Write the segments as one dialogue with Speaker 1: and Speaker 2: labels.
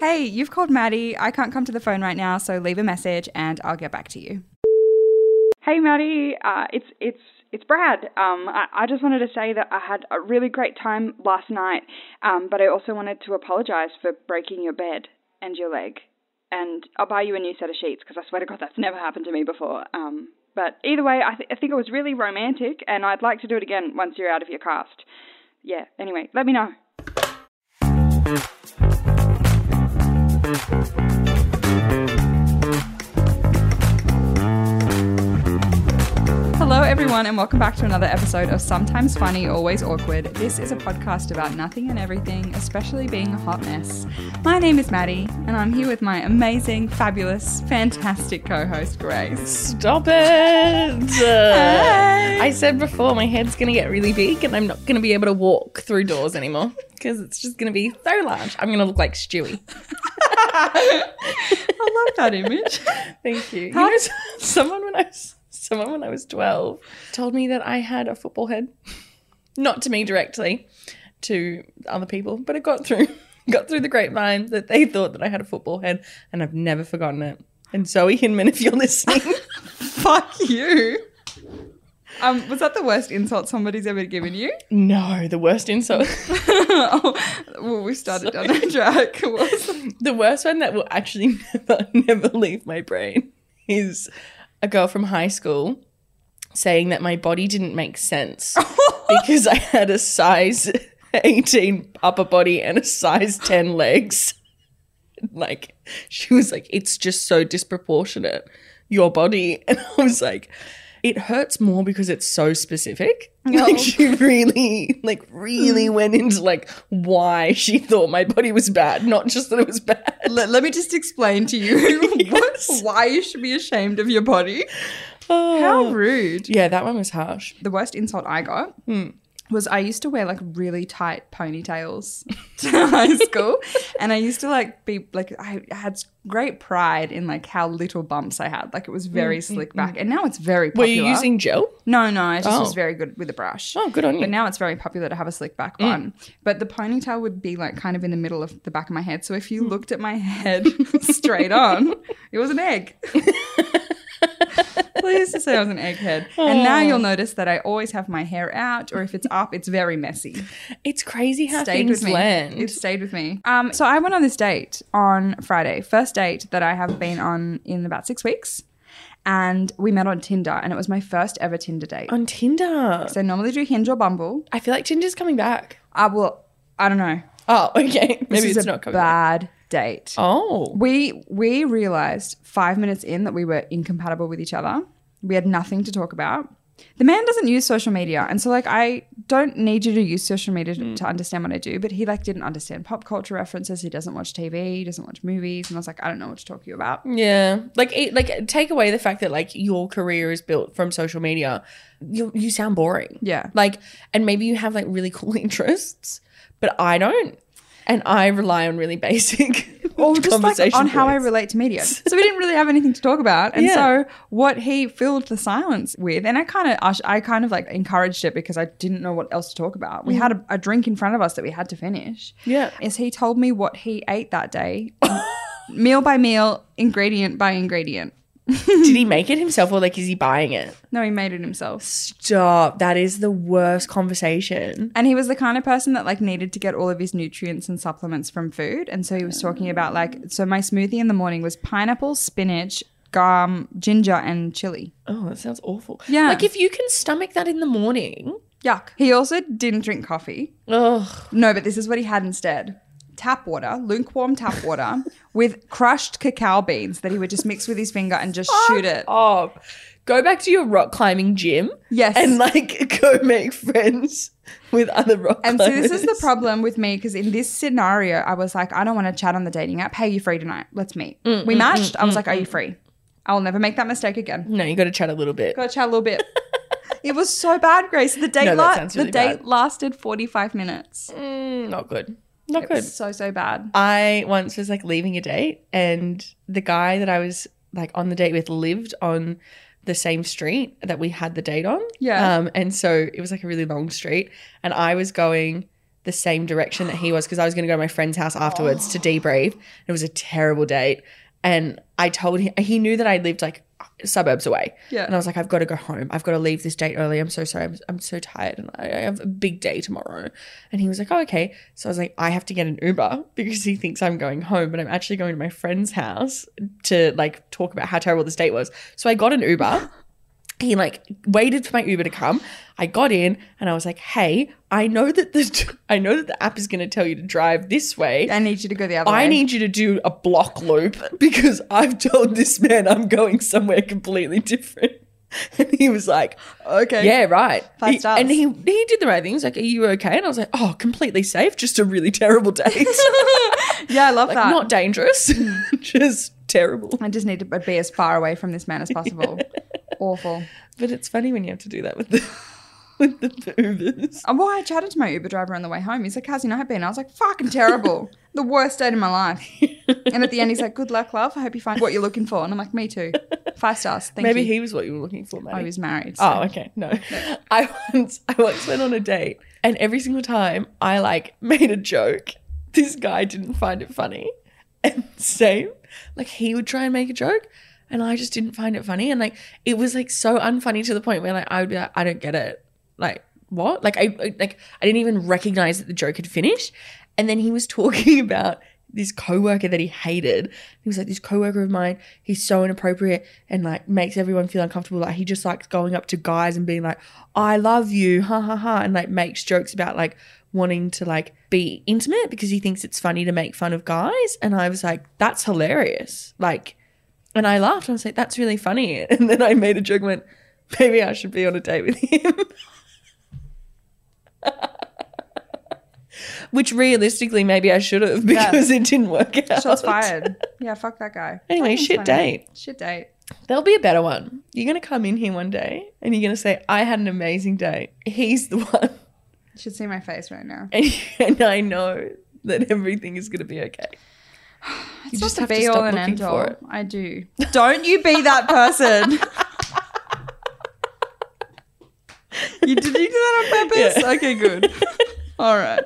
Speaker 1: Hey, you've called Maddie. I can't come to the phone right now, so leave a message and I'll get back to you. Hey, Maddie. Uh, it's it's it's Brad. Um, I, I just wanted to say that I had a really great time last night, um, but I also wanted to apologise for breaking your bed and your leg. And I'll buy you a new set of sheets because I swear to God that's never happened to me before. Um, but either way, I, th- I think it was really romantic, and I'd like to do it again once you're out of your cast. Yeah. Anyway, let me know. Hello, everyone, and welcome back to another episode of Sometimes Funny, Always Awkward. This is a podcast about nothing and everything, especially being a hot mess. My name is Maddie, and I'm here with my amazing, fabulous, fantastic co host, Grace.
Speaker 2: Stop it! I said before my head's gonna get really big and I'm not gonna be able to walk through doors anymore because it's just gonna be so large. I'm gonna look like Stewie.
Speaker 1: I love that image.
Speaker 2: Thank you. you
Speaker 1: How-
Speaker 2: know, someone when I was someone when I was 12 told me that I had a football head. Not to me directly, to other people, but it got through got through the grapevine that they thought that I had a football head and I've never forgotten it. And Zoe Hinman, if you're listening.
Speaker 1: Fuck you. Um, was that the worst insult somebody's ever given you?
Speaker 2: no, the worst insult.
Speaker 1: oh, well, we started down that track. What was that?
Speaker 2: The worst one that will actually never, never leave my brain is a girl from high school saying that my body didn't make sense because I had a size 18 upper body and a size 10 legs. Like, she was like, it's just so disproportionate, your body. And I was like, it hurts more because it's so specific. Like she really, like really went into like why she thought my body was bad, not just that it was bad.
Speaker 1: Let, let me just explain to you what,
Speaker 2: Yes.
Speaker 1: why you should be ashamed of your body. How rude.
Speaker 2: Yeah, that one was harsh.
Speaker 1: the worst insult I got
Speaker 2: Hmm.
Speaker 1: was I used to wear like really tight ponytails to high school, and I used to like be like I had great pride in like how little bumps I had. Like it was very slick back, and now it's very
Speaker 2: Hmm, Were
Speaker 1: popular.
Speaker 2: you using gel?
Speaker 1: No, no, I just
Speaker 2: Oh.
Speaker 1: was very good with a brush.
Speaker 2: Oh, good on you.
Speaker 1: But now it's very popular to have a slick back bun. But the ponytail would be like kind of in the middle of the back of my head. So if you looked at my head straight on, it was an egg. Well, I used to say I was an egghead. And now you'll notice that I always have my hair out, or if it's up, it's very messy.
Speaker 2: it's crazy how
Speaker 1: Stayed
Speaker 2: things
Speaker 1: with me.
Speaker 2: land.
Speaker 1: It stayed with me. Um, so I went on this date on Friday, first date that I have been on in about six weeks. And we met on Tinder, and it was my first ever Tinder date.
Speaker 2: on Tinder.
Speaker 1: So I normally do Hinge or Bumble.
Speaker 2: I feel like Tinder's coming back.
Speaker 1: I will. I don't know.
Speaker 2: Oh, okay.
Speaker 1: This
Speaker 2: Maybe
Speaker 1: is
Speaker 2: it's
Speaker 1: a
Speaker 2: not coming back.
Speaker 1: bad date.
Speaker 2: Oh.
Speaker 1: We we realized five minutes in that we were incompatible with each other. We had nothing to talk about. The man doesn't use social media, and so like I don't need you to use social media to,
Speaker 2: Mm.
Speaker 1: to understand what I do. But he like didn't understand pop culture references. He doesn't watch TV. He doesn't watch movies. And I was like, I don't know what to talk to you about.
Speaker 2: Mm. Yeah. Like it, like take away the fact that like your career is built from social media. You you sound boring.
Speaker 1: Yeah,
Speaker 2: Like, and maybe you have like really cool interests, but I don't. And I rely on really basic
Speaker 1: or just like
Speaker 2: conversation
Speaker 1: on how I
Speaker 2: points.
Speaker 1: relate to media. So we didn't really have anything to talk about, and
Speaker 2: Yeah.
Speaker 1: so what he filled the silence with, and I kind of, I kind of like encouraged it because I didn't know what else to talk about. We had a, a drink in front of us that we had to finish.
Speaker 2: Mm. Yeah.
Speaker 1: is he told me what he ate that day, meal by meal, ingredient by ingredient.
Speaker 2: Did he make it himself or like is he buying it?
Speaker 1: No, he made it himself.
Speaker 2: Stop. That is the worst conversation.
Speaker 1: And he was the kind of person that like needed to get all of his nutrients and supplements from food. And so he was talking about like so my smoothie in the morning was pineapple, spinach, gum, ginger, and chili.
Speaker 2: Oh, that sounds awful.
Speaker 1: Yeah.
Speaker 2: Like if you can stomach that in the morning.
Speaker 1: Yuck. He also didn't drink coffee.
Speaker 2: Ugh.
Speaker 1: No, but this is what he had instead. Tap water, lukewarm tap water with crushed cacao beans that he would just mix with his finger and just shoot it.
Speaker 2: Oh. Go back to your rock climbing gym.
Speaker 1: Yes.
Speaker 2: And like go make friends with other rock
Speaker 1: And so
Speaker 2: climbers.
Speaker 1: this is the problem with me because in this scenario, I was like, I don't want to chat on the dating app. Hey, you free tonight? Let's meet.
Speaker 2: Mm,
Speaker 1: we matched. I was like, Are you free? I will never make that mistake again.
Speaker 2: No, you got to chat a little bit.
Speaker 1: Gotta chat a little bit. it was so bad, Grace. The date
Speaker 2: No, that
Speaker 1: la-
Speaker 2: sounds
Speaker 1: the
Speaker 2: really
Speaker 1: date
Speaker 2: bad.
Speaker 1: lasted forty five minutes.
Speaker 2: Mm, not good. Not
Speaker 1: It
Speaker 2: good.
Speaker 1: was so so bad.
Speaker 2: I once was like leaving a date, and the guy that I was like on the date with lived on the same street that we had the date on.
Speaker 1: Yeah.
Speaker 2: Um, and so it was like a really long street, and I was going the same direction that he was because I was going to go to my friend's house afterwards to debrief. It was a terrible date. And I told him, he knew that I lived like suburbs away.
Speaker 1: Yeah.
Speaker 2: And I was like, I've got to go home. I've got to leave this date early. I'm so sorry. I'm, I'm so tired. And I, I have a big day tomorrow. And he was like, oh, okay. So I was like, I have to get an Uber because he thinks I'm going home, but I'm actually going to my friend's house to like talk about how terrible this date was. So I got an Uber. he like waited for my Uber to come. I got in and I was like, "Hey, I know that the I know that the app is going to tell you to drive this way.
Speaker 1: I need you to go the other way.
Speaker 2: I need you to do a block loop because I've told this man I'm going somewhere completely different." And he was like,
Speaker 1: Okay.
Speaker 2: "Yeah, right."
Speaker 1: Five
Speaker 2: He-
Speaker 1: stars.
Speaker 2: and he he did the right thing. He's like, "Are you okay?" And I was like, "Oh, completely safe. Just a really terrible date.
Speaker 1: Yeah, I love
Speaker 2: like
Speaker 1: that. Hmm.
Speaker 2: not dangerous, just terrible."
Speaker 1: I just need to be as far away from this man as possible. Awful.
Speaker 2: But it's funny when you have to do that with the with the Ubers.
Speaker 1: And well, I chatted to my Uber driver on the way home. He's like, "How's your night been?" I was like, "Fucking terrible. the worst date of my life." And at the end, he's like, "Good luck, love. I hope you find what you're looking for." And I'm like, "Me too. Five stars. Thank
Speaker 2: Maybe
Speaker 1: you."
Speaker 2: he was what you were looking for,
Speaker 1: I
Speaker 2: Maddie.
Speaker 1: was married. so-
Speaker 2: Oh, okay. No. I once I once went on a date and every single time I like made a joke, this guy didn't find it funny. And same, like he would try and make a joke and I just didn't find it funny. And like it was like so unfunny to the point where like I would be like, I don't get it. Like, what? Like I I- like I didn't even recognize that the joke had finished. And then he was talking about this coworker that he hated. He was like, this coworker of mine, he's so inappropriate and like makes everyone feel uncomfortable. Like he just likes going up to guys and being like, I love you, ha ha ha, and like makes jokes about like wanting to like be intimate because he thinks it's funny to make fun of guys. And I was like, that's hilarious. Like, and I laughed. I was like, that's really funny. And then I made a joke and went, maybe I should be on a date with him. Which realistically, maybe I should have because it didn't work out.
Speaker 1: Shots fired. Yeah, fuck that guy.
Speaker 2: Anyway,
Speaker 1: Fucking
Speaker 2: shit
Speaker 1: funny.
Speaker 2: date.
Speaker 1: Shit date.
Speaker 2: There'll be a better one. You're going to come in here one day and you're going to say, I had an amazing date. He's the one.
Speaker 1: You should see my face right now.
Speaker 2: And, and I know that everything is going to be okay.
Speaker 1: It's
Speaker 2: just
Speaker 1: not
Speaker 2: have
Speaker 1: the
Speaker 2: to
Speaker 1: be all
Speaker 2: stop
Speaker 1: and
Speaker 2: looking
Speaker 1: end
Speaker 2: for
Speaker 1: all.
Speaker 2: it.
Speaker 1: I do. Don't you be that person. you did you do that on purpose?
Speaker 2: Yeah.
Speaker 1: Okay, good. All right.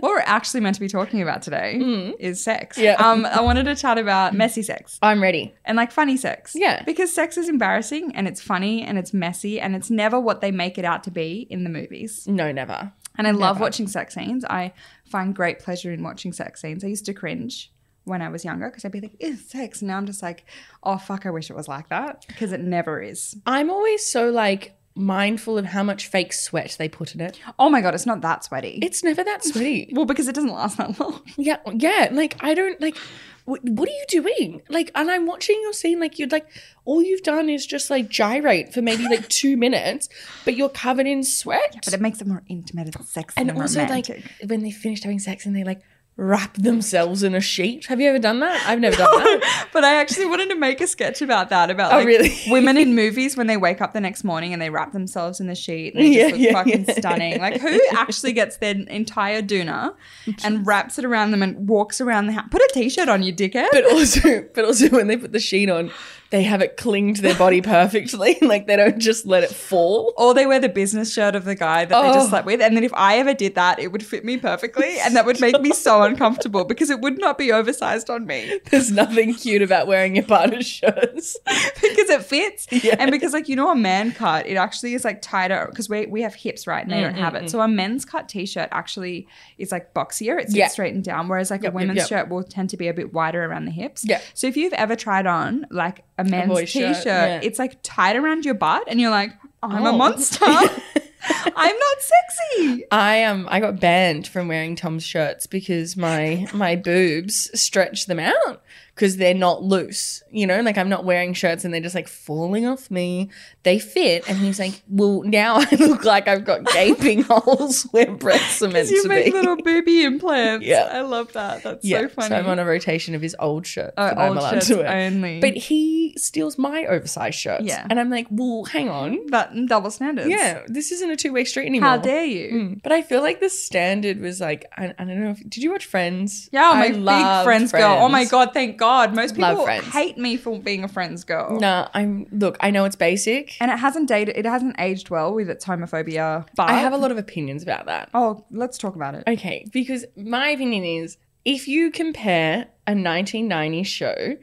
Speaker 1: What we're actually meant to be talking about today is sex.
Speaker 2: Hmm. Yeah.
Speaker 1: Um, I wanted to chat about messy sex
Speaker 2: I'm ready.
Speaker 1: and like funny sex.
Speaker 2: Yeah.
Speaker 1: Because sex is embarrassing and it's funny and it's messy and it's never what they make it out to be in the movies.
Speaker 2: No, never.
Speaker 1: And I love watching sex scenes. I find great pleasure in watching sex scenes. I used to cringe when I was younger because I'd be like, "Ew, sex." And now I'm just like, "Oh fuck, I wish it was like that." Because it never is.
Speaker 2: I'm always so like mindful of how much fake sweat they put in it.
Speaker 1: Oh my god, it's not that sweaty.
Speaker 2: It's never that sweaty.
Speaker 1: well, because it doesn't last that long.
Speaker 2: Yeah, yeah. Like I don't like. What, what are you doing? Like, and I'm watching your scene. Like you'd like all you've done is just like gyrate for maybe like two minutes, but you're covered in sweat.
Speaker 1: But it makes it more intimate and sexy
Speaker 2: and
Speaker 1: and,
Speaker 2: also
Speaker 1: romantic.
Speaker 2: like when they finished having sex and they like wrap themselves in a sheet. Have you ever done that? I've never done that.
Speaker 1: but I actually wanted to make a sketch about that. About
Speaker 2: Oh,
Speaker 1: like
Speaker 2: really?
Speaker 1: women in movies when they wake up the next morning and they wrap themselves in the sheet and they
Speaker 2: Yeah,
Speaker 1: just look
Speaker 2: yeah,
Speaker 1: fucking
Speaker 2: yeah.
Speaker 1: stunning. Like who actually gets their entire doona and wraps it around them and walks around the house? Put a t-shirt on, you dickhead.
Speaker 2: But also, but also when they put the sheet on, they have it cling to their body perfectly. like they don't just let it fall.
Speaker 1: or they wear the business shirt of the guy that they just
Speaker 2: Oh.
Speaker 1: slept with. And then if I ever did that, it would fit me perfectly. And that would make me so uncomfortable because it would not be oversized on me.
Speaker 2: There's nothing cute about wearing your partner's shirts.
Speaker 1: because it fits
Speaker 2: Yeah.
Speaker 1: and because like you know a man cut it actually is like tighter because we, we have hips right and they
Speaker 2: Mm,
Speaker 1: don't have it so a men's cut t-shirt actually is like boxier it's
Speaker 2: Yeah.
Speaker 1: straightened down whereas like a
Speaker 2: Yep, yep,
Speaker 1: women's
Speaker 2: yep.
Speaker 1: shirt will tend to be a bit wider around the hips
Speaker 2: Yeah.
Speaker 1: so if you've ever tried on like a men's
Speaker 2: boy's shirt,
Speaker 1: t-shirt
Speaker 2: yeah.
Speaker 1: it's like tight around your butt and you're like i'm a
Speaker 2: Oh.
Speaker 1: monster i'm not sexy
Speaker 2: I um I got banned from wearing Tom's shirts because my my boobs stretch them out because they're not loose. You know, like I'm not wearing shirts and they're just like falling off me. They fit, and he's like, "Well, now I look like I've got gaping holes where breasts are meant
Speaker 1: you
Speaker 2: to
Speaker 1: make
Speaker 2: be."
Speaker 1: little booby implants
Speaker 2: Yeah.
Speaker 1: i love that that's
Speaker 2: yeah,
Speaker 1: so funny
Speaker 2: I'm on a rotation of his old shirts
Speaker 1: Oh,
Speaker 2: that I'm
Speaker 1: old
Speaker 2: allowed
Speaker 1: shirts
Speaker 2: to wear.
Speaker 1: only
Speaker 2: But he steals my oversized shirts.
Speaker 1: Yeah.
Speaker 2: And I'm like, well, hang on.
Speaker 1: that double standards
Speaker 2: Yeah, this isn't a two way street anymore.
Speaker 1: how dare you
Speaker 2: Mm. But I feel like the standard was like I, I don't know. if Did you watch Friends?
Speaker 1: Yeah, I'm
Speaker 2: I
Speaker 1: a big
Speaker 2: loved
Speaker 1: friends, girl. Oh my
Speaker 2: Friends.
Speaker 1: god, thank God, most
Speaker 2: Love
Speaker 1: people
Speaker 2: Friends.
Speaker 1: hate me for being a Friends girl.
Speaker 2: No, I'm look, I know it's basic.
Speaker 1: And it hasn't dated. It hasn't aged well with its homophobia. But
Speaker 2: I have a lot of opinions about that.
Speaker 1: Oh, let's talk about it.
Speaker 2: Okay, because my opinion is if you compare a 1990 show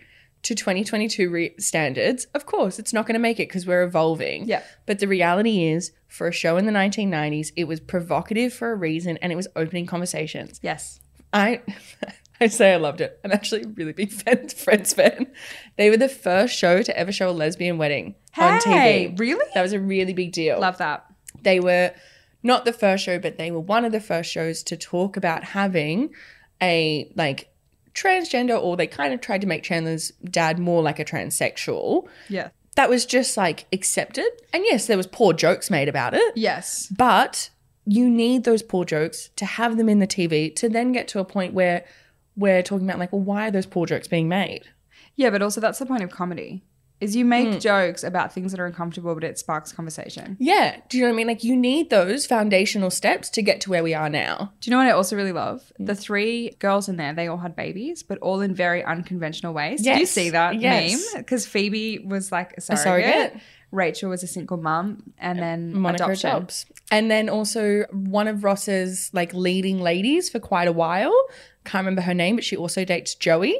Speaker 2: to 2022 re- standards, of course, it's not going to make it because we're evolving.
Speaker 1: Yeah.
Speaker 2: But the reality is, for a show in the 1990s, it was provocative for a reason and it was opening conversations.
Speaker 1: Yes.
Speaker 2: I I say I loved it. I'm actually a really big fan, Friends fan. They were the first show to ever show a lesbian wedding on
Speaker 1: Hey,
Speaker 2: TV.
Speaker 1: really?
Speaker 2: That was a really big deal
Speaker 1: Love that.
Speaker 2: they were not the first show, but they were one of the first shows to talk about having a like transgender, or they kind of tried to make Chandler's dad more like a transsexual.
Speaker 1: Yes.
Speaker 2: That was just like accepted. And yes, there was poor jokes made about it,
Speaker 1: Yes.
Speaker 2: but you need those poor jokes to have them in the TV to then get to a point where we're talking about like, well, why are those poor jokes being made?
Speaker 1: Yeah, but also that's the point of comedy. Is you
Speaker 2: Hmm.
Speaker 1: make jokes about things that are uncomfortable, but it sparks conversation.
Speaker 2: Yeah. Do you know what I mean? Like you need those foundational steps to get to where we are now.
Speaker 1: Do you know what I also really love?
Speaker 2: Mm.
Speaker 1: The three girls in there, they all had babies, but all in very unconventional ways. Did you
Speaker 2: Yes.
Speaker 1: see that
Speaker 2: Yes.
Speaker 1: meme? Because Phoebe was like a
Speaker 2: A
Speaker 1: surrogate, Rachel was a single mum, and then
Speaker 2: Monica
Speaker 1: adoption.
Speaker 2: Jobs. And then also one of Ross's like leading ladies for quite a while. Can't remember her name, but she also dates Joey.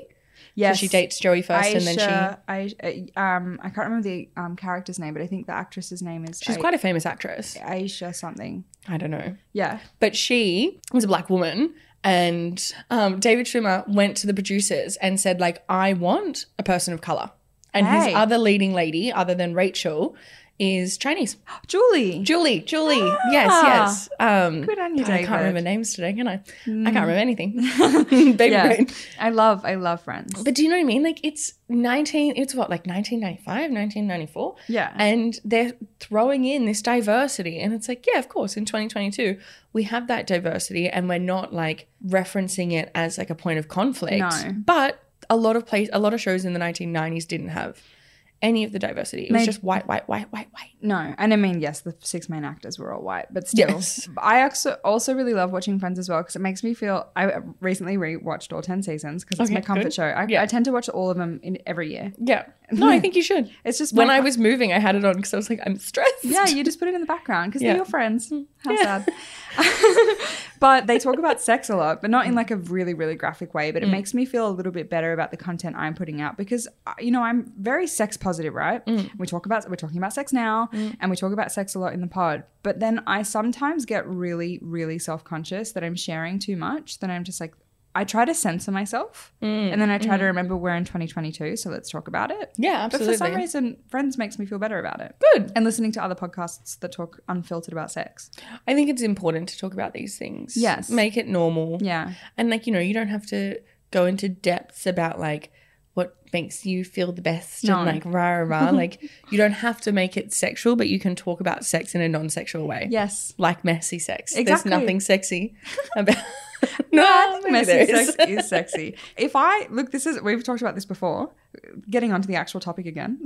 Speaker 2: Yeah,
Speaker 1: Yes,
Speaker 2: she dates Joey first and then she
Speaker 1: Aisha, I, um, I can't remember the um, character's name, but I think the actress's name is
Speaker 2: She's
Speaker 1: A-
Speaker 2: quite a famous actress.
Speaker 1: Aisha something.
Speaker 2: I don't know.
Speaker 1: Yeah,
Speaker 2: But she was a black woman and um, David Schwimmer went to the producers and said like I want a person of color. And
Speaker 1: Hey.
Speaker 2: his other leading lady other than Rachel is Chinese.
Speaker 1: Julie.
Speaker 2: Julie, Julie. Yes, yes. Um
Speaker 1: Ah. Good on you,
Speaker 2: God, I
Speaker 1: David.
Speaker 2: can't remember names today, can I? I
Speaker 1: Mm.
Speaker 2: can't remember anything. Baby
Speaker 1: Mm-hmm. Yeah.
Speaker 2: brain.
Speaker 1: I love, I love Friends.
Speaker 2: But do you know what I mean? Like it's 19 it's what like 1995, 1994
Speaker 1: yeah,
Speaker 2: and they're throwing in this diversity and it's like yeah, of course in 2022 we have that diversity and we're not like referencing it as like a point of conflict.
Speaker 1: No.
Speaker 2: But a lot of place a lot of shows in the 1990s didn't have any of the diversity. It was
Speaker 1: Maybe-
Speaker 2: just white white white white white.
Speaker 1: No, and I mean yes, the six main actors were all white, but still,
Speaker 2: Yes.
Speaker 1: I also also really love watching Friends as well because it makes me feel. I recently rewatched all ten seasons because it's
Speaker 2: Okay,
Speaker 1: my comfort
Speaker 2: good.
Speaker 1: show. I,
Speaker 2: Yeah.
Speaker 1: I tend to watch all of them in every year.
Speaker 2: Yeah. No, I think you should.
Speaker 1: It's just
Speaker 2: when
Speaker 1: my
Speaker 2: I
Speaker 1: com-
Speaker 2: was moving, I had it on because I was like, I'm stressed.
Speaker 1: uh, Yeah, you just put it in the background because
Speaker 2: Yeah.
Speaker 1: they're your friends. How
Speaker 2: Yeah.
Speaker 1: sad. but they talk about sex a lot, but not in
Speaker 2: Mm.
Speaker 1: like a really, really graphic way. But it makes me feel a little bit better about the content I'm putting out because uh, you know I'm very sex positive, right?
Speaker 2: Mm.
Speaker 1: We talk about we're talking about sex now, and we talk about sex a lot in the pod. But then I sometimes get really, really self conscious that I'm sharing too much. That I'm just like. I try to censor myself
Speaker 2: Mm.
Speaker 1: and then I try to remember we're in 2022, so let's talk about it.
Speaker 2: Yeah, absolutely.
Speaker 1: But for some reason, Friends makes me feel better about it.
Speaker 2: Good.
Speaker 1: And listening to other podcasts that talk unfiltered about sex.
Speaker 2: I think it's important to talk about these things.
Speaker 1: Yes.
Speaker 2: Make it normal.
Speaker 1: Yeah.
Speaker 2: And like, you know, you don't have to go into depths about like what makes you feel the best
Speaker 1: No.
Speaker 2: and like rah rah rah. like you don't have to make it sexual, but you can talk about sex in a non sexual way.
Speaker 1: Yes.
Speaker 2: Like messy sex.
Speaker 1: Exactly.
Speaker 2: There's nothing sexy about
Speaker 1: No, I think
Speaker 2: maybe
Speaker 1: messy
Speaker 2: there is.
Speaker 1: sex is sexy. If I look, this is we've talked about this before. Getting onto the actual topic again,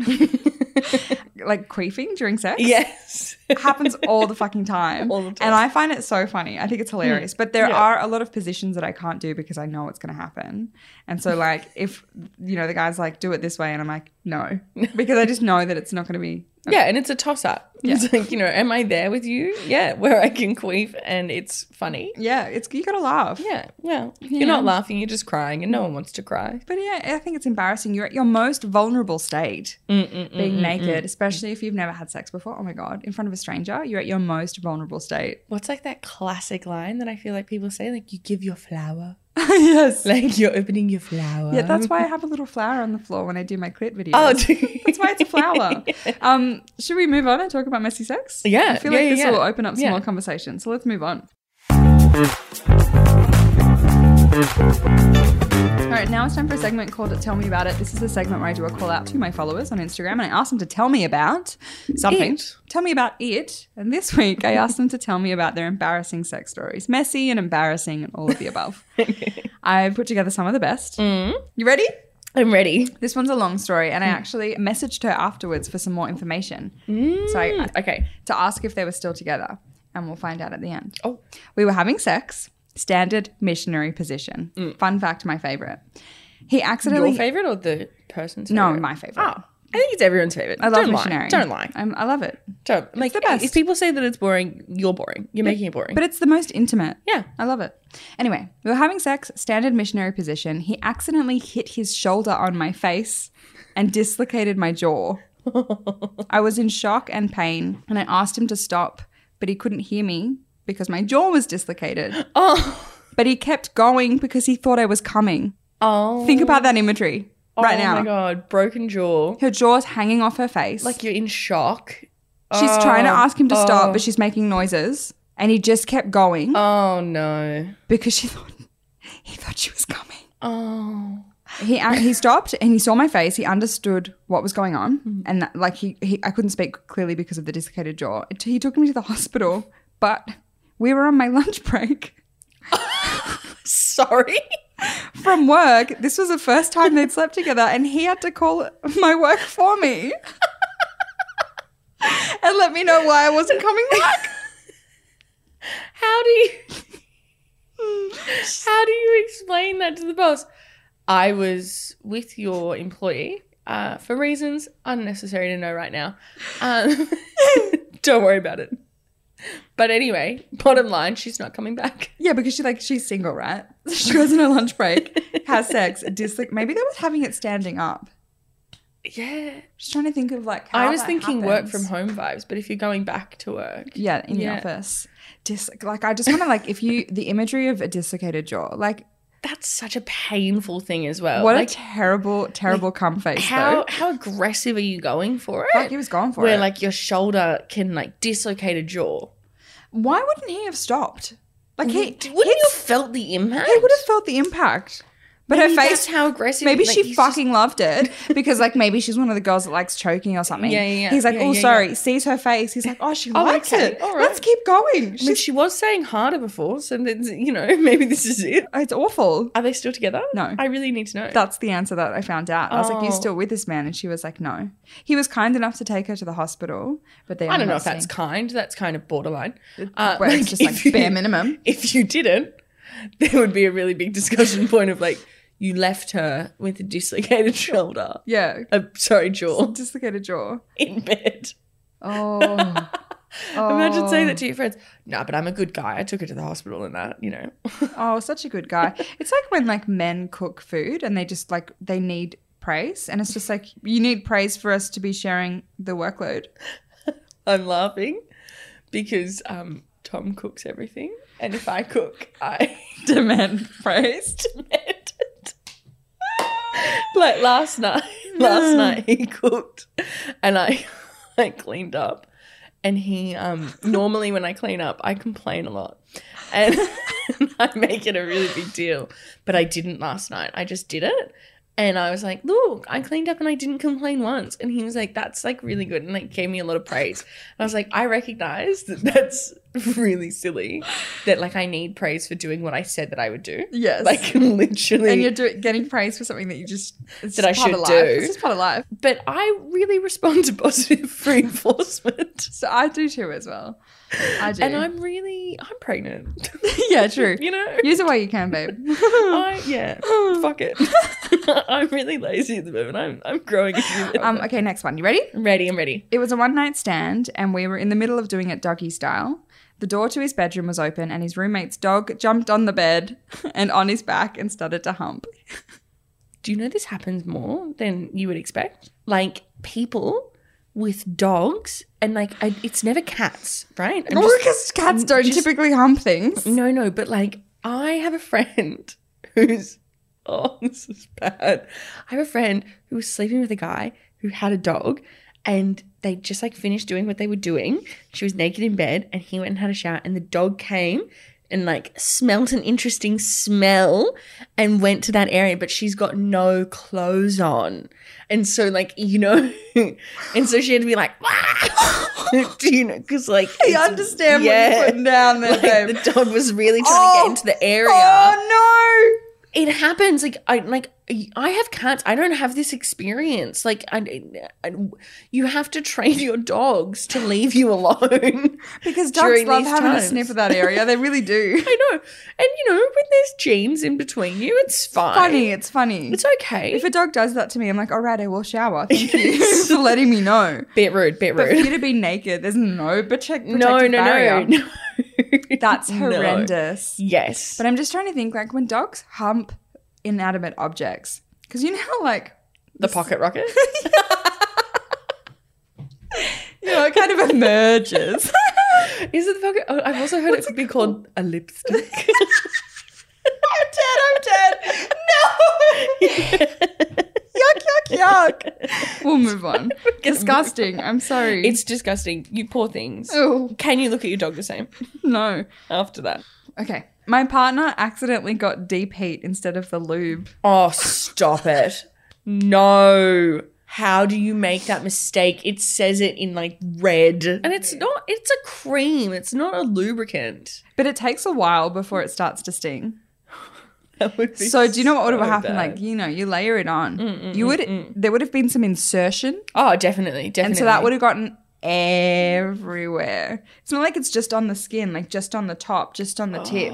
Speaker 1: like queefing during sex.
Speaker 2: Yes.
Speaker 1: happens all the fucking time.
Speaker 2: All the time. Hmm.
Speaker 1: And I find it so funny. I think it's hilarious. But there
Speaker 2: Yeah.
Speaker 1: are a lot of positions that I can't do because I know it's going to happen. And so, like, if, you know, the guy's like, do it this way. And I'm like, no, because I just know that it's not going to be.
Speaker 2: Yeah, and it's a toss up. It's like, you know, am I there with you? Yeah, where I can queef and it's funny.
Speaker 1: Yeah. It's, you got to laugh.
Speaker 2: Yeah, well, you're not laughing, you're just crying, and no one wants to cry.
Speaker 1: But yeah, I think it's embarrassing. You're at your most vulnerable state being naked, especially if you've never had sex before. Oh my God. In front of a stranger, you're at your most vulnerable state.
Speaker 2: What's like that classic line that I feel like people say? Like, you give your flower.
Speaker 1: yes.
Speaker 2: Like, you're opening your flower.
Speaker 1: Yeah, that's why I have a little flower on the floor when I Um, do my clit videos.
Speaker 2: Oh, dude.
Speaker 1: That's why it's a flower. Um, should we move on and talk about messy sex?
Speaker 2: Yeah,
Speaker 1: I feel
Speaker 2: yeah,
Speaker 1: like
Speaker 2: yeah,
Speaker 1: this
Speaker 2: yeah.
Speaker 1: will open up some
Speaker 2: Yeah.
Speaker 1: more conversation. So let's move on. All right, now it's time for a segment called Tell Me About It. This is a segment where I do a call out to my followers on Instagram and I ask them to tell me about something.
Speaker 2: It.
Speaker 1: Tell me about it. And this week I asked them to tell me about their embarrassing sex stories messy and embarrassing and all of the above. I put together some of the best.
Speaker 2: Mm.
Speaker 1: You ready?
Speaker 2: I'm ready.
Speaker 1: This one's a long story,
Speaker 2: Mm.
Speaker 1: and I actually messaged her afterwards for some more information. So I,
Speaker 2: Okay.
Speaker 1: to ask if they were still together, and we'll find out at the end.
Speaker 2: Oh.
Speaker 1: We were having sex, standard missionary position. Fun fact, my favorite. He accidentally.
Speaker 2: Mm. Your favorite or the person's
Speaker 1: no,
Speaker 2: favorite?
Speaker 1: my favorite.
Speaker 2: Oh, I think it's everyone's favorite.
Speaker 1: I love
Speaker 2: Don't
Speaker 1: missionary.
Speaker 2: Lie. Don't lie.
Speaker 1: I'm, I love it,
Speaker 2: Don't. like,
Speaker 1: the best.
Speaker 2: If people say that it's boring, you're boring. You're making it boring.
Speaker 1: but it's the most intimate.
Speaker 2: yeah.
Speaker 1: I love it. Anyway, we were having sex, standard missionary position. He accidentally hit his shoulder on my face and dislocated my jaw. I was in shock and pain, and I asked him to stop, but he couldn't hear me because my jaw was dislocated.
Speaker 2: Oh.
Speaker 1: But he kept going because he thought I was coming.
Speaker 2: Oh.
Speaker 1: Think about that imagery right
Speaker 2: oh
Speaker 1: now.
Speaker 2: my god, broken jaw.
Speaker 1: Her jaw's hanging off her face.
Speaker 2: Like you're in shock.
Speaker 1: she's trying to ask him to
Speaker 2: oh.
Speaker 1: stop, but she's making noises. And he just kept going
Speaker 2: Oh no.
Speaker 1: because she thought he thought she was coming.
Speaker 2: Oh.
Speaker 1: he ac- he stopped and he saw my face. He understood what was going on,
Speaker 2: Mm-hmm.
Speaker 1: and that, like he, he, I couldn't speak clearly because of the dislocated jaw. It- He took me to the hospital, but we were on my lunch break
Speaker 2: Sorry.
Speaker 1: from work. This was the first time they'd slept together, and he had to call my work for me and let me know why I wasn't coming back.
Speaker 2: How do you How do you explain that to the boss? I was with your employee uh, for reasons unnecessary to know right now. Um, don't worry about it. But anyway, bottom line, she's not coming back.
Speaker 1: Yeah, because she like she's single, right? She goes on a lunch break, has sex, disloc- Maybe they was having it standing up.
Speaker 2: Yeah.
Speaker 1: Just trying to think of like. How
Speaker 2: I was
Speaker 1: that
Speaker 2: thinking work
Speaker 1: happens.
Speaker 2: from home vibes, but if you're going back to work,
Speaker 1: Yeah, in
Speaker 2: Yeah.
Speaker 1: the office. Dis- like I just want to like if you the imagery of a dislocated jaw. Like
Speaker 2: that's such a painful thing as well.
Speaker 1: what
Speaker 2: Oh, like,
Speaker 1: a terrible, terrible cum face.
Speaker 2: how
Speaker 1: though.
Speaker 2: how aggressive are you going for
Speaker 1: Fuck,
Speaker 2: it?
Speaker 1: he was going for
Speaker 2: Where
Speaker 1: it.
Speaker 2: like your shoulder can like dislocate a jaw.
Speaker 1: Why wouldn't he have stopped? Like he
Speaker 2: Wouldn't you have felt the impact?
Speaker 1: he would have felt the impact. But
Speaker 2: Maybe
Speaker 1: her
Speaker 2: that's
Speaker 1: face.
Speaker 2: how aggressive.
Speaker 1: Maybe
Speaker 2: like,
Speaker 1: she
Speaker 2: he's
Speaker 1: fucking loved it because, like, maybe she's one of the girls that likes choking or something.
Speaker 2: Yeah, yeah, yeah.
Speaker 1: He's like,
Speaker 2: Yeah,
Speaker 1: oh,
Speaker 2: yeah,
Speaker 1: sorry. Sees her face. He's like, oh, she
Speaker 2: Oh,
Speaker 1: likes
Speaker 2: okay.
Speaker 1: it.
Speaker 2: All right.
Speaker 1: Let's keep going.
Speaker 2: Just, I mean,
Speaker 1: She's,
Speaker 2: she was saying harder before, so then you know maybe this is it.
Speaker 1: it's awful.
Speaker 2: Are they still together?
Speaker 1: No.
Speaker 2: I really need to know.
Speaker 1: That's the answer that I found out. I was like, "You
Speaker 2: Oh.
Speaker 1: still with this man?" And she was like, "No." He was kind enough to take her to the hospital, but then
Speaker 2: I don't know if that's kind. That's kind of borderline. uh,
Speaker 1: where
Speaker 2: like,
Speaker 1: it's just
Speaker 2: if
Speaker 1: like
Speaker 2: you-
Speaker 1: bare minimum.
Speaker 2: If you didn't, there would be a really big discussion point of like you left her with a dislocated shoulder,
Speaker 1: Yeah,
Speaker 2: uh, sorry jaw
Speaker 1: dislocated jaw.
Speaker 2: in bed.
Speaker 1: Oh,
Speaker 2: Imagine saying
Speaker 1: Oh.
Speaker 2: that to your friends. No, but I'm a good guy. I took her to the hospital and that, you know.
Speaker 1: oh, such a good guy. It's like when like men cook food and they just like they need praise, and it's just like you need praise for us to be sharing the workload.
Speaker 2: I'm laughing because um, Tom cooks everything, and if I cook, I
Speaker 1: Demand praise.
Speaker 2: demand it. like last night, last night he cooked, and I I cleaned up, and he um normally when I clean up I complain a lot, and I make it a really big deal, but I didn't last night. I just did it. And I was like, look, I cleaned up and I didn't complain once. And he was like, that's like really good. And like gave me a lot of praise. And I was like, I recognize that that's really silly that like I need praise for doing what I said that I would do.
Speaker 1: Yes.
Speaker 2: Like literally.
Speaker 1: and you're do- getting praise for something that you just it's
Speaker 2: That I
Speaker 1: just part
Speaker 2: should
Speaker 1: of life.
Speaker 2: do.
Speaker 1: It's just part of life.
Speaker 2: but I really respond to positive reinforcement.
Speaker 1: So I do too as well. I do.
Speaker 2: And I'm really, I'm pregnant.
Speaker 1: yeah, true. Hmm.
Speaker 2: you know?
Speaker 1: Use it while you can, babe.
Speaker 2: I, yeah. Fuck it. I'm really lazy at the moment. I'm, I'm growing a human.
Speaker 1: um, okay, next one. You ready?
Speaker 2: I'm ready. I'm ready.
Speaker 1: It was a one night stand, and we were in the middle of doing it doggy style. The door to his bedroom was open, and his roommate's dog jumped on the bed and on his back and started to hump.
Speaker 2: Do you know this happens more than you would expect? Like people with dogs, and like I, it's never cats, right? I'm just-
Speaker 1: because cats don't
Speaker 2: just-
Speaker 1: typically hump things.
Speaker 2: no, no, but like I have a friend who's oh, this is bad. I have a friend who was sleeping with a guy who had a dog, and they just like finished doing what they were doing. She was naked in bed, and he went and had a shower, and the dog came. And like smelt an interesting smell and went to that area, but she's got no clothes on. And so, like, you know, and so she had to be like, "Ah!" do you know? Because, like,
Speaker 1: I
Speaker 2: it's-
Speaker 1: understand what
Speaker 2: yeah.
Speaker 1: you're putting down there,
Speaker 2: Like
Speaker 1: babe.
Speaker 2: the dog was really trying
Speaker 1: Oh.
Speaker 2: to get into the area.
Speaker 1: Oh
Speaker 2: it happens like i like i have cats i don't have this experience like I, I- you have to train your dogs to leave you alone
Speaker 1: Because dogs
Speaker 2: During
Speaker 1: love
Speaker 2: these
Speaker 1: having
Speaker 2: times.
Speaker 1: a sniff of that area. They really do.
Speaker 2: i know and you know when there's jeans in between you it's fine
Speaker 1: funny. It's funny.
Speaker 2: it's okay
Speaker 1: if a dog does that to me, I'm like, all right, I will shower. Thank you for letting me know.
Speaker 2: bit rude bit
Speaker 1: But for
Speaker 2: rude
Speaker 1: you to be naked, there's no protect- protective
Speaker 2: no no
Speaker 1: barrier.
Speaker 2: no no
Speaker 1: That's
Speaker 2: No.
Speaker 1: horrendous.
Speaker 2: yes
Speaker 1: But I'm just trying to think, like, when dogs hump inanimate objects, because you know how, like,
Speaker 2: the pocket rocket
Speaker 1: you know, it kind of emerges.
Speaker 2: is it the pocket oh, i've also heard it be called a lipstick
Speaker 1: I'm dead. I'm dead. No. yuck, yuck, yuck. We'll move on. Disgusting. I'm sorry.
Speaker 2: it's disgusting you poor things
Speaker 1: oh
Speaker 2: can you look at your dog the same
Speaker 1: no.
Speaker 2: after that
Speaker 1: Okay. My partner accidentally got deep heat instead of the lube.
Speaker 2: Oh, stop it. No. How do you make that mistake? It says it in like red. And it's not, it's a cream. It's not a lubricant.
Speaker 1: But it takes a while before it starts to sting.
Speaker 2: That would be
Speaker 1: So do you know what would have
Speaker 2: so
Speaker 1: happened?
Speaker 2: bad. Mm,
Speaker 1: Like, you know, you layer it on. you would there would have been some insertion.
Speaker 2: oh, definitely. Definitely.
Speaker 1: And so that would have gotten everywhere. It's not like it's just on the skin, like just on the top, just on the tip.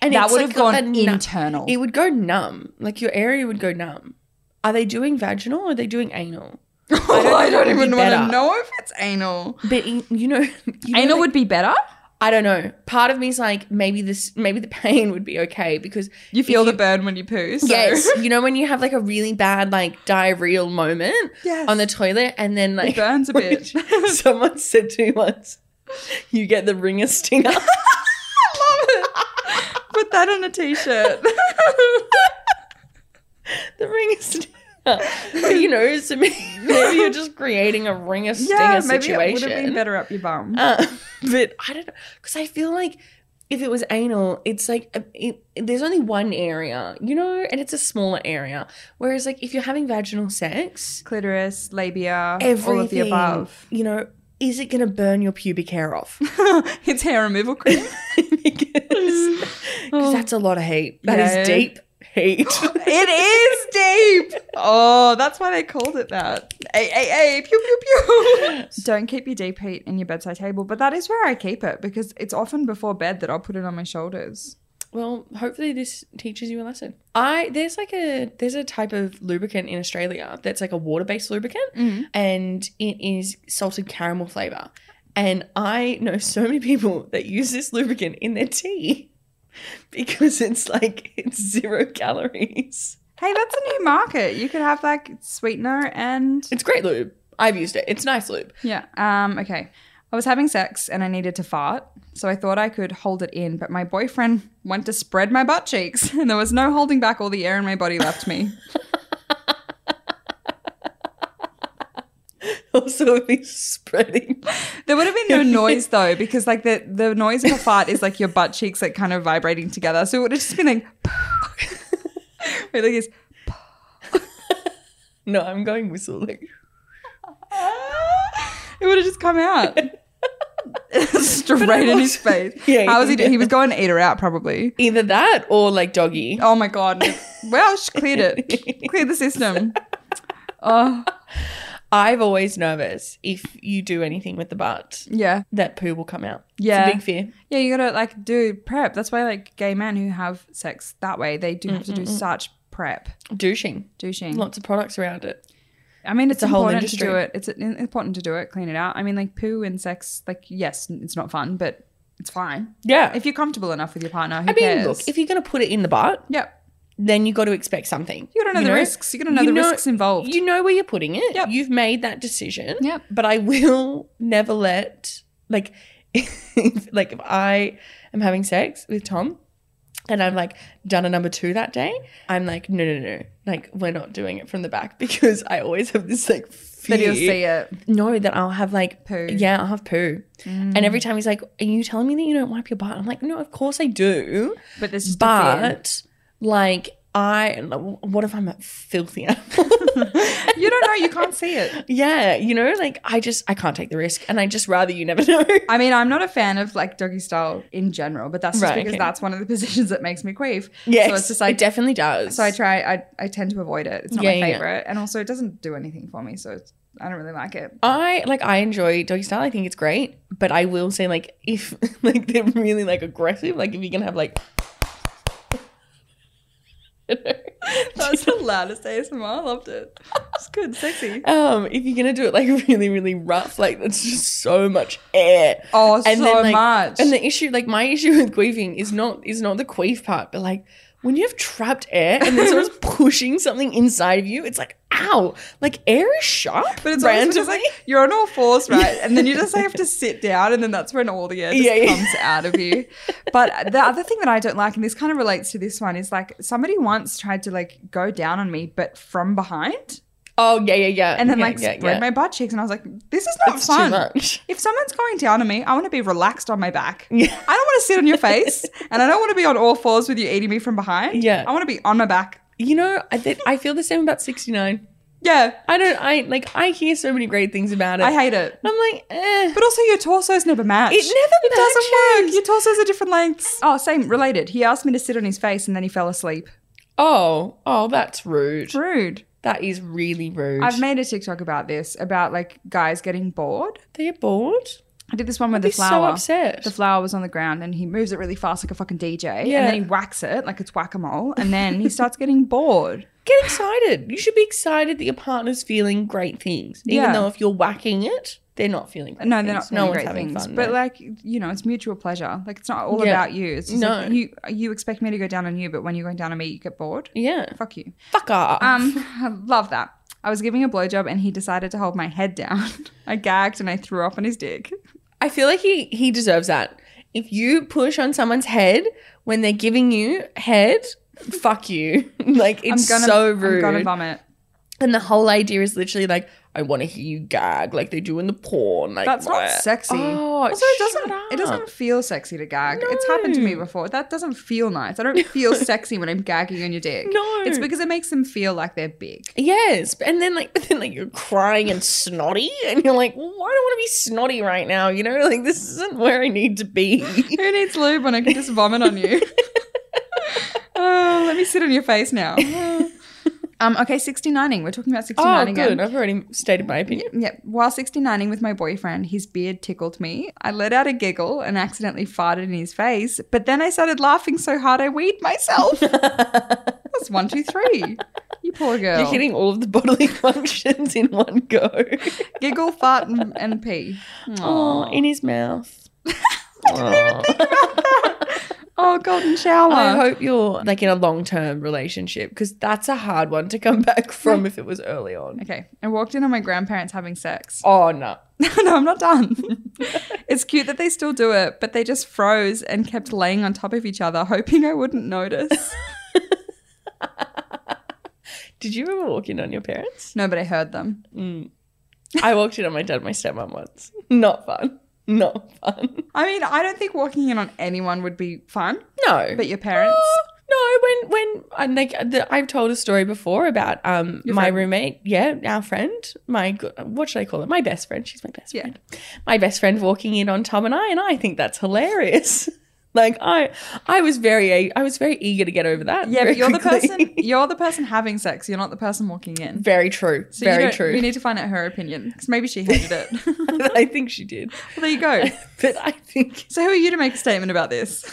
Speaker 2: and
Speaker 1: that
Speaker 2: it's,
Speaker 1: would have
Speaker 2: like,
Speaker 1: gone
Speaker 2: a nu-
Speaker 1: internal.
Speaker 2: It would go numb. Like your area would go numb. Are they doing vaginal or are they doing anal?
Speaker 1: I don't,
Speaker 2: know
Speaker 1: even
Speaker 2: would be
Speaker 1: want to
Speaker 2: better.
Speaker 1: know if it's anal.
Speaker 2: But in- you know, you know,
Speaker 1: anal
Speaker 2: like-
Speaker 1: would be better.
Speaker 2: I don't know. Part of me is like maybe this, maybe the pain would be okay because
Speaker 1: You feel
Speaker 2: you-
Speaker 1: the burn when you poo. So.
Speaker 2: Yes, you know when you have like a really bad like diarrheal moment
Speaker 1: Yes.
Speaker 2: on the toilet, and then like
Speaker 1: burns a bit.
Speaker 2: someone said to me once, "You get the ringer stinger."
Speaker 1: Put that on a t-shirt.
Speaker 2: the ringer stinger. But, you know, so maybe, maybe you're just creating a ringer stinger
Speaker 1: yeah, maybe it would
Speaker 2: situation.
Speaker 1: have been better up your bum.
Speaker 2: Uh, but I don't know because I feel like if it was anal, it's like uh, it, there's only one area, you know, and it's a smaller area. Whereas like if you're having vaginal sex,
Speaker 1: Clitoris, labia,
Speaker 2: everything
Speaker 1: all of the above.
Speaker 2: You know, is it going to burn your pubic hair off?
Speaker 1: it's hair removal cream.
Speaker 2: because 'cause that's a lot of hate. That is
Speaker 1: Oh. Yeah.
Speaker 2: deep hate.
Speaker 1: it is deep. Oh, that's why they called it that. Ay, ay, ay, pew, pew, pew. Don't keep your deep heat in your bedside table, but that is where I keep it because it's often before bed that I'll put it on my shoulders.
Speaker 2: well, hopefully this teaches you a lesson. I there's like a there's a type of lubricant in Australia that's like a water-based lubricant and it is salted caramel flavor. And I know so many people that use this lubricant in their tea because it's like it's zero calories.
Speaker 1: Hey, that's a new market. You could have like sweetener and
Speaker 2: It's great lube. I've used it. It's nice lube.
Speaker 1: yeah. Um, okay. I was having sex and I needed to fart, so I thought I could hold it in, but my boyfriend went to spread my butt cheeks and there was no holding back all the air in my body left me.
Speaker 2: Also, it'd be spreading.
Speaker 1: There would have been no noise though, because like the the noise of a fart is like your butt cheeks like kind of vibrating together. So it would have just been like, Wait, like this.
Speaker 2: No, I'm going whistle. Like,
Speaker 1: It would have just come out straight in his face.
Speaker 2: Yeah,
Speaker 1: How was he doing?
Speaker 2: yeah.
Speaker 1: He was going to eat her out probably.
Speaker 2: either that or like doggy.
Speaker 1: Oh my god! Well, she cleared it. Cleared the system. Oh
Speaker 2: I've always nervous if you do anything with the butt
Speaker 1: yeah,
Speaker 2: that poo will come out.
Speaker 1: Yeah.
Speaker 2: it's a big fear.
Speaker 1: yeah. You gotta like do prep. That's why like gay men who have sex that way, they do have to
Speaker 2: Mm,
Speaker 1: do such prep.
Speaker 2: Douching,
Speaker 1: Douching.
Speaker 2: lots of products around it.
Speaker 1: I mean, it's,
Speaker 2: a whole
Speaker 1: important
Speaker 2: industry.
Speaker 1: to do it. It's in- important to do it, clean it out. I mean, like poo and sex, like yes, it's not fun, but it's fine
Speaker 2: Yeah,
Speaker 1: if you're comfortable enough with your partner. Who
Speaker 2: I mean,
Speaker 1: cares?
Speaker 2: look, if you're gonna put it in the butt,
Speaker 1: yep,
Speaker 2: then you got to expect something.
Speaker 1: you gotta know the risks. You gotta know
Speaker 2: you
Speaker 1: the
Speaker 2: know-
Speaker 1: risks involved.
Speaker 2: You know where you're putting it.
Speaker 1: Yep.
Speaker 2: You've made that decision.
Speaker 1: Yep.
Speaker 2: But I will never let like if, like if I am having sex with Tom and I'm like done a number two that day, I'm like, no no no. Like we're not doing it from the back because I always have this like fear.
Speaker 1: that you'll see it.
Speaker 2: No, that I'll have like
Speaker 1: Poo. Mm.
Speaker 2: Yeah, I'll have poo. And every time he's like, Are you telling me that you don't wipe your butt? I'm like, No, of course I do.
Speaker 1: But there's just a fear.
Speaker 2: But like I, what if I'm a filthy animal?
Speaker 1: you don't know. You can't see it.
Speaker 2: yeah, you know, like I just I can't take the risk, and I just rather you never know.
Speaker 1: I mean, I'm not a fan of like doggy style in general, but that's just
Speaker 2: Right,
Speaker 1: because
Speaker 2: okay.
Speaker 1: that's one of the positions that makes me queef.
Speaker 2: Yes,
Speaker 1: So it's just like
Speaker 2: it definitely does.
Speaker 1: So I try. I, I tend to avoid it. It's not
Speaker 2: Yeah,
Speaker 1: my
Speaker 2: yeah, yeah.
Speaker 1: favorite, and also it doesn't do anything for me. So it's, I don't really like it.
Speaker 2: I like I enjoy doggy style. I think it's great, but I will say like if like they're really like aggressive, like if you can have like.
Speaker 1: That's the loudest ASMR. I loved it. It's good, sexy.
Speaker 2: Um, if you're gonna do it like really, really rough, like that's just so much air.
Speaker 1: Oh, so
Speaker 2: like,
Speaker 1: much.
Speaker 2: And the issue, like my issue with queefing is not is not the queef part, but like when you have trapped air and then someone's pushing something inside of you, it's like ow, like air is sharp.
Speaker 1: but it's always
Speaker 2: randomly.
Speaker 1: because like you're on all fours, right? And then you just have to sit down, and then that's when all the air just
Speaker 2: Yeah, yeah.
Speaker 1: comes out of you. But the other thing that I don't like, and this kind of relates to this one, is like somebody once tried to like go down on me, but from behind,
Speaker 2: oh yeah, yeah, yeah.
Speaker 1: and then
Speaker 2: Yeah,
Speaker 1: like
Speaker 2: yeah,
Speaker 1: spread
Speaker 2: yeah.
Speaker 1: my butt cheeks, and I was like, this is not
Speaker 2: It's too
Speaker 1: fun.
Speaker 2: much.
Speaker 1: If someone's going down on me, I want to be relaxed on my back.
Speaker 2: Yeah.
Speaker 1: I don't want to sit on your face, and I don't want to be on all fours with you eating me from behind.
Speaker 2: Yeah.
Speaker 1: I want to be on my back.
Speaker 2: You know, I think I feel the same about 69.
Speaker 1: Yeah,
Speaker 2: I don't. I like. I hear so many great things about it.
Speaker 1: I hate it.
Speaker 2: I'm like, eh.
Speaker 1: But also, your torsos never match.
Speaker 2: It never
Speaker 1: It doesn't work. Your torsos are different lengths. Oh, same. Related. He asked me to sit on his face, and then he fell asleep.
Speaker 2: oh, oh, that's rude.
Speaker 1: Rude.
Speaker 2: That is really rude.
Speaker 1: I've made a TikTok about this, about like guys getting bored.
Speaker 2: They're bored.
Speaker 1: I did this one with
Speaker 2: They're
Speaker 1: the
Speaker 2: so
Speaker 1: flower.
Speaker 2: upset.
Speaker 1: the flower was on the ground and he moves it really fast like a fucking DJ.
Speaker 2: Yeah.
Speaker 1: And then he whacks it like it's whack a mole. And then he starts getting bored.
Speaker 2: Get excited. You should be excited that your partner's feeling great things, even
Speaker 1: Yeah.
Speaker 2: though if you're whacking it, they're not feeling. Great
Speaker 1: No, they're not
Speaker 2: things.
Speaker 1: feeling
Speaker 2: one's
Speaker 1: great
Speaker 2: having
Speaker 1: things.
Speaker 2: fun
Speaker 1: but
Speaker 2: there.
Speaker 1: like, you know, it's mutual pleasure. Like it's not all
Speaker 2: Yeah.
Speaker 1: about you. It's just like,
Speaker 2: No.
Speaker 1: you you expect me to go down on you, but when you're going down on me, you get bored.
Speaker 2: yeah,
Speaker 1: Fuck you.
Speaker 2: fuck off.
Speaker 1: Um, I love that. I was giving a blowjob and he decided to hold my head down. I gagged and I threw up on his dick.
Speaker 2: I feel like he he deserves that. If you push on someone's head when they're giving you head, fuck you. like it's
Speaker 1: I'm gonna,
Speaker 2: so rude.
Speaker 1: I'm gonna vomit.
Speaker 2: And the whole idea is literally like, I want to hear you gag, like they do in the porn. Like
Speaker 1: That's not
Speaker 2: bleh.
Speaker 1: sexy.
Speaker 2: Oh,
Speaker 1: also, it doesn't it
Speaker 2: shut up.
Speaker 1: doesn't feel sexy to gag. It's happened to me
Speaker 2: No.
Speaker 1: before. That doesn't feel nice. I don't feel sexy when I'm gagging on your dick.
Speaker 2: No.
Speaker 1: it's because it makes them feel like they're big.
Speaker 2: Yes, and then like, but then like you're crying and snotty, and you're like, well, I don't want to be snotty right now. You know, like this isn't where I need to be.
Speaker 1: Who needs lube when I can just vomit on you? oh, let me sit on your face now. um, okay, 69ing. We're talking about 69
Speaker 2: oh,
Speaker 1: again.
Speaker 2: good. I've already stated my opinion.
Speaker 1: Yep. While 69ing with my boyfriend, his beard tickled me. I let out a giggle and accidentally farted in his face, but then I started laughing so hard I weed myself. That's one, two, three. You poor girl.
Speaker 2: You're hitting all of the bodily functions in one go.
Speaker 1: Giggle, fart, and, and pee.
Speaker 2: Oh, in his mouth. Aw.
Speaker 1: Oh, golden shower.
Speaker 2: I hope you're like in a long term relationship because that's a hard one to come back from if it was early on.
Speaker 1: okay. I walked in on my grandparents having sex.
Speaker 2: Oh no.
Speaker 1: no, I'm not done. it's cute that they still do it, but they just froze and kept laying on top of each other, hoping I wouldn't notice.
Speaker 2: Did you ever walk in on your parents?
Speaker 1: no, but I heard them.
Speaker 2: Mm. I walked in on my dad and my stepmom once. Not fun. Not fun.
Speaker 1: I mean, I don't think walking in on anyone would be fun,
Speaker 2: No.
Speaker 1: but your parents.
Speaker 2: no, when when and like the, I've told a story before about um my
Speaker 1: friend?
Speaker 2: roommate, yeah, our friend, my g- what should I call her? My best friend. She's my best
Speaker 1: Yeah.
Speaker 2: friend. My best friend walking in on Tom and I, and I think that's hilarious. like I I was very I was very eager to get over that.
Speaker 1: Yeah,
Speaker 2: very
Speaker 1: but you're
Speaker 2: quickly.
Speaker 1: the person. You're the person having sex. You're not the person walking in.
Speaker 2: Very true.
Speaker 1: So you
Speaker 2: very
Speaker 1: don't-
Speaker 2: true.
Speaker 1: We need to find out her opinion because maybe she hated it. well,
Speaker 2: I think she did.
Speaker 1: there you go.
Speaker 2: But I think
Speaker 1: So who are you to make a statement about this?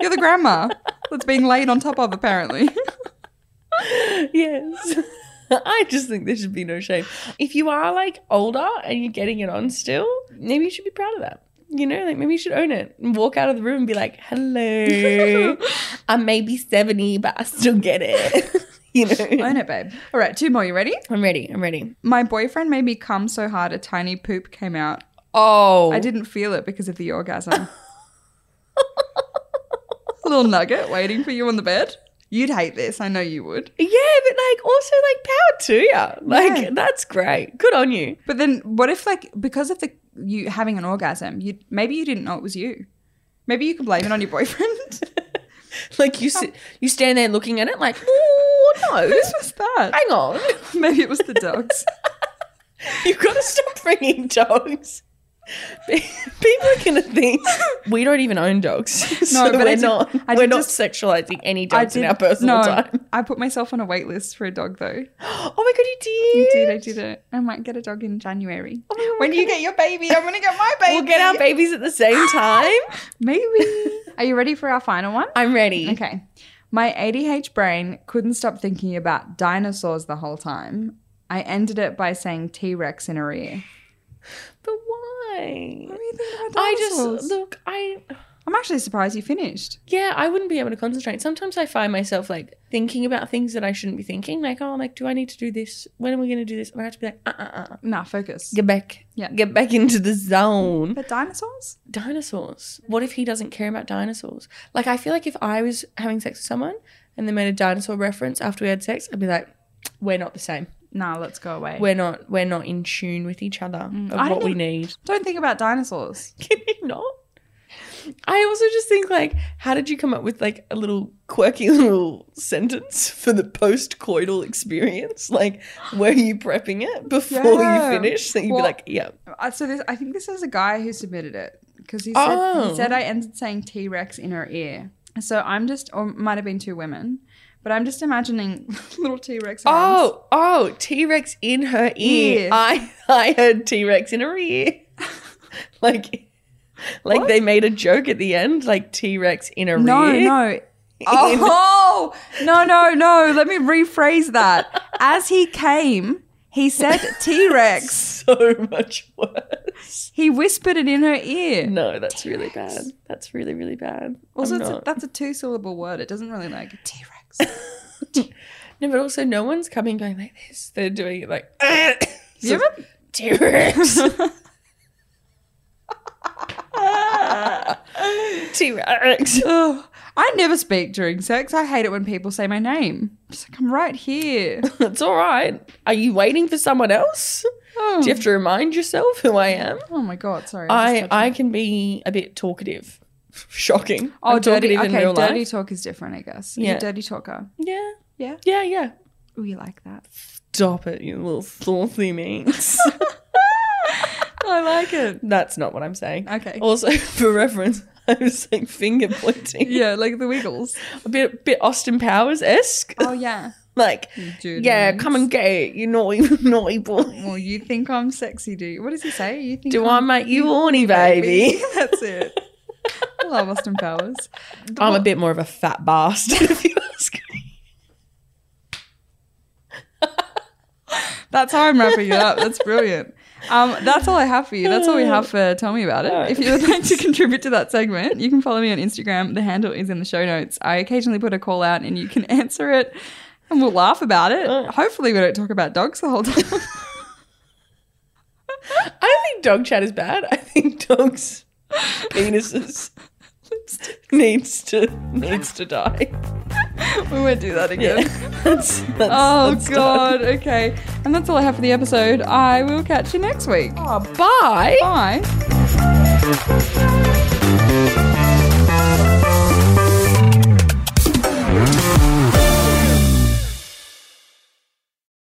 Speaker 1: You're the grandma that's being laid on top of, apparently.
Speaker 2: yes. I just think there should be no shame. If you are like older and you're getting it on still, maybe you should be proud of that. You know, like maybe you should own it and walk out of the room and be like, hello, I'm maybe 70, but I still get it. you know,
Speaker 1: Own it, babe. All right, two more. You ready?
Speaker 2: I'm ready. I'm ready.
Speaker 1: My boyfriend made me cum so hard a tiny poop came out.
Speaker 2: Oh,
Speaker 1: I didn't feel it because of the orgasm. Little nugget waiting for you on the bed. You'd hate this. I know you would.
Speaker 2: Yeah, but like also like power to you. Like
Speaker 1: Yeah.
Speaker 2: that's great. Good on you.
Speaker 1: But then what if like because of the you having an orgasm, you maybe you didn't know it was you. Maybe you can blame it on your boyfriend.
Speaker 2: Like you sit, you stand there looking at it like, oh, no.
Speaker 1: Whose was that?
Speaker 2: Hang on.
Speaker 1: Maybe it was the dogs.
Speaker 2: You've got to stop bringing dogs. People are going to think we don't even own dogs. so
Speaker 1: but I
Speaker 2: we're
Speaker 1: did-
Speaker 2: not,
Speaker 1: I
Speaker 2: we're
Speaker 1: did
Speaker 2: not
Speaker 1: just-
Speaker 2: sexualizing any dogs in our personal
Speaker 1: no,
Speaker 2: time.
Speaker 1: I put myself on a wait list for a dog though.
Speaker 2: Oh my God, you did.
Speaker 1: Dude, I did it. I might get a dog in January.
Speaker 2: Oh my God,
Speaker 1: When
Speaker 2: we're
Speaker 1: you
Speaker 2: gonna-
Speaker 1: get your baby, I'm gonna get my baby.
Speaker 2: We'll get our babies at the same time.
Speaker 1: Maybe. Are you ready for our final one?
Speaker 2: I'm ready.
Speaker 1: Okay. My ADH brain couldn't stop thinking about dinosaurs the whole time. I ended it by saying T Rex in her ear.
Speaker 2: But why?
Speaker 1: What were you thinking about
Speaker 2: I
Speaker 1: dinosaurs?
Speaker 2: just look. I
Speaker 1: I'm actually surprised you finished.
Speaker 2: yeah. I wouldn't be able to concentrate. Sometimes I find myself like thinking about things that I shouldn't be thinking. Like oh, like do I need to do this? When are we going to do this? And I have to be like uh uh uh.
Speaker 1: Nah, focus.
Speaker 2: Get back.
Speaker 1: Yeah.
Speaker 2: Get back into the zone.
Speaker 1: But dinosaurs?
Speaker 2: Dinosaurs. What if he doesn't care about dinosaurs? Like I feel like if I was having sex with someone and they made a dinosaur reference after we had sex, I'd be like, we're not the same.
Speaker 1: Nah, let's go away.
Speaker 2: We're not. We're not in tune with each other of
Speaker 1: Mm. I don't
Speaker 2: what we
Speaker 1: know-
Speaker 2: need.
Speaker 1: Don't think about dinosaurs.
Speaker 2: Can you not? I also just think like, how did you come up with like a little quirky little sentence for the post-coital experience? Like, were you prepping it before
Speaker 1: Yeah.
Speaker 2: you finish? So you'd
Speaker 1: Well,
Speaker 2: be like, yeah,
Speaker 1: Uh, So this, I think this is a guy who submitted it because he said
Speaker 2: Oh.
Speaker 1: he said I ended saying T Rex in her ear. So I'm just, or it might have been two women, but I'm just imagining little T Rex.
Speaker 2: oh, oh, T-Rex in her ear.
Speaker 1: Ear.
Speaker 2: I I heard T-Rex in her ear. like, like they made a joke at the end, like T-Rex in her
Speaker 1: no,
Speaker 2: ear.
Speaker 1: no. Oh no, no, no! Let me rephrase that. As he came, he said T Rex.
Speaker 2: so much worse.
Speaker 1: He whispered it in her ear.
Speaker 2: No, that's really bad. That's really really bad.
Speaker 1: Also,
Speaker 2: I'm
Speaker 1: it's a,
Speaker 2: not-
Speaker 1: that's a two syllable word. It doesn't really like T Rex.
Speaker 2: No, but also no one's coming going like this. They're doing it like
Speaker 1: You ever?
Speaker 2: T Rex. T Rex.
Speaker 1: Ugh. I never speak during sex. I hate it when people say my name. It's like I'm right here.
Speaker 2: That's all right. Are you waiting for someone else?
Speaker 1: Oh,
Speaker 2: Do you have to remind yourself who I am?
Speaker 1: oh my god, sorry. I
Speaker 2: I
Speaker 1: just touched-
Speaker 2: I can be a bit talkative. Shocking.
Speaker 1: oh,
Speaker 2: I'm
Speaker 1: dirty. Okay, dirty
Speaker 2: life.
Speaker 1: talk is different, I guess. You're
Speaker 2: Yeah.
Speaker 1: a dirty talker.
Speaker 2: Yeah.
Speaker 1: Yeah.
Speaker 2: Yeah. Yeah.
Speaker 1: Oh, you like that?
Speaker 2: Stop it, you little saucy minx.
Speaker 1: I like it.
Speaker 2: That's not what I'm saying.
Speaker 1: Okay.
Speaker 2: Also, for reference, I was saying finger pointing.
Speaker 1: Yeah, like the Wiggles.
Speaker 2: a bit bit Austin Powers esque.
Speaker 1: Oh yeah.
Speaker 2: Like,
Speaker 1: Dude,
Speaker 2: yeah, come and get it, you naughty naughty boy.
Speaker 1: Well, you think I'm sexy, do you? What does he say? You think
Speaker 2: Do I
Speaker 1: I'm
Speaker 2: make you horny, baby?
Speaker 1: That's it. I love Austin Powers.
Speaker 2: I'm a bit more of a fat bastard, if you ask me.
Speaker 1: That's how I'm wrapping it up. That's brilliant. Um, that's all I have for you. That's all we have for Tell Me About It. If you would like to contribute to that segment, you can follow me on Instagram. The handle is in the show notes. I occasionally put a call out and you can answer it and we'll laugh about it. Hopefully, we don't talk about dogs the whole time.
Speaker 2: I don't think dog chat is bad. I think dogs' penises needs to needs to die.
Speaker 1: we won't do that again.
Speaker 2: Yeah, that's, that's
Speaker 1: Oh,
Speaker 2: that's
Speaker 1: God. Okay. And that's all I have for the episode. I will catch you next week.
Speaker 2: done. Oh, bye.
Speaker 1: Bye.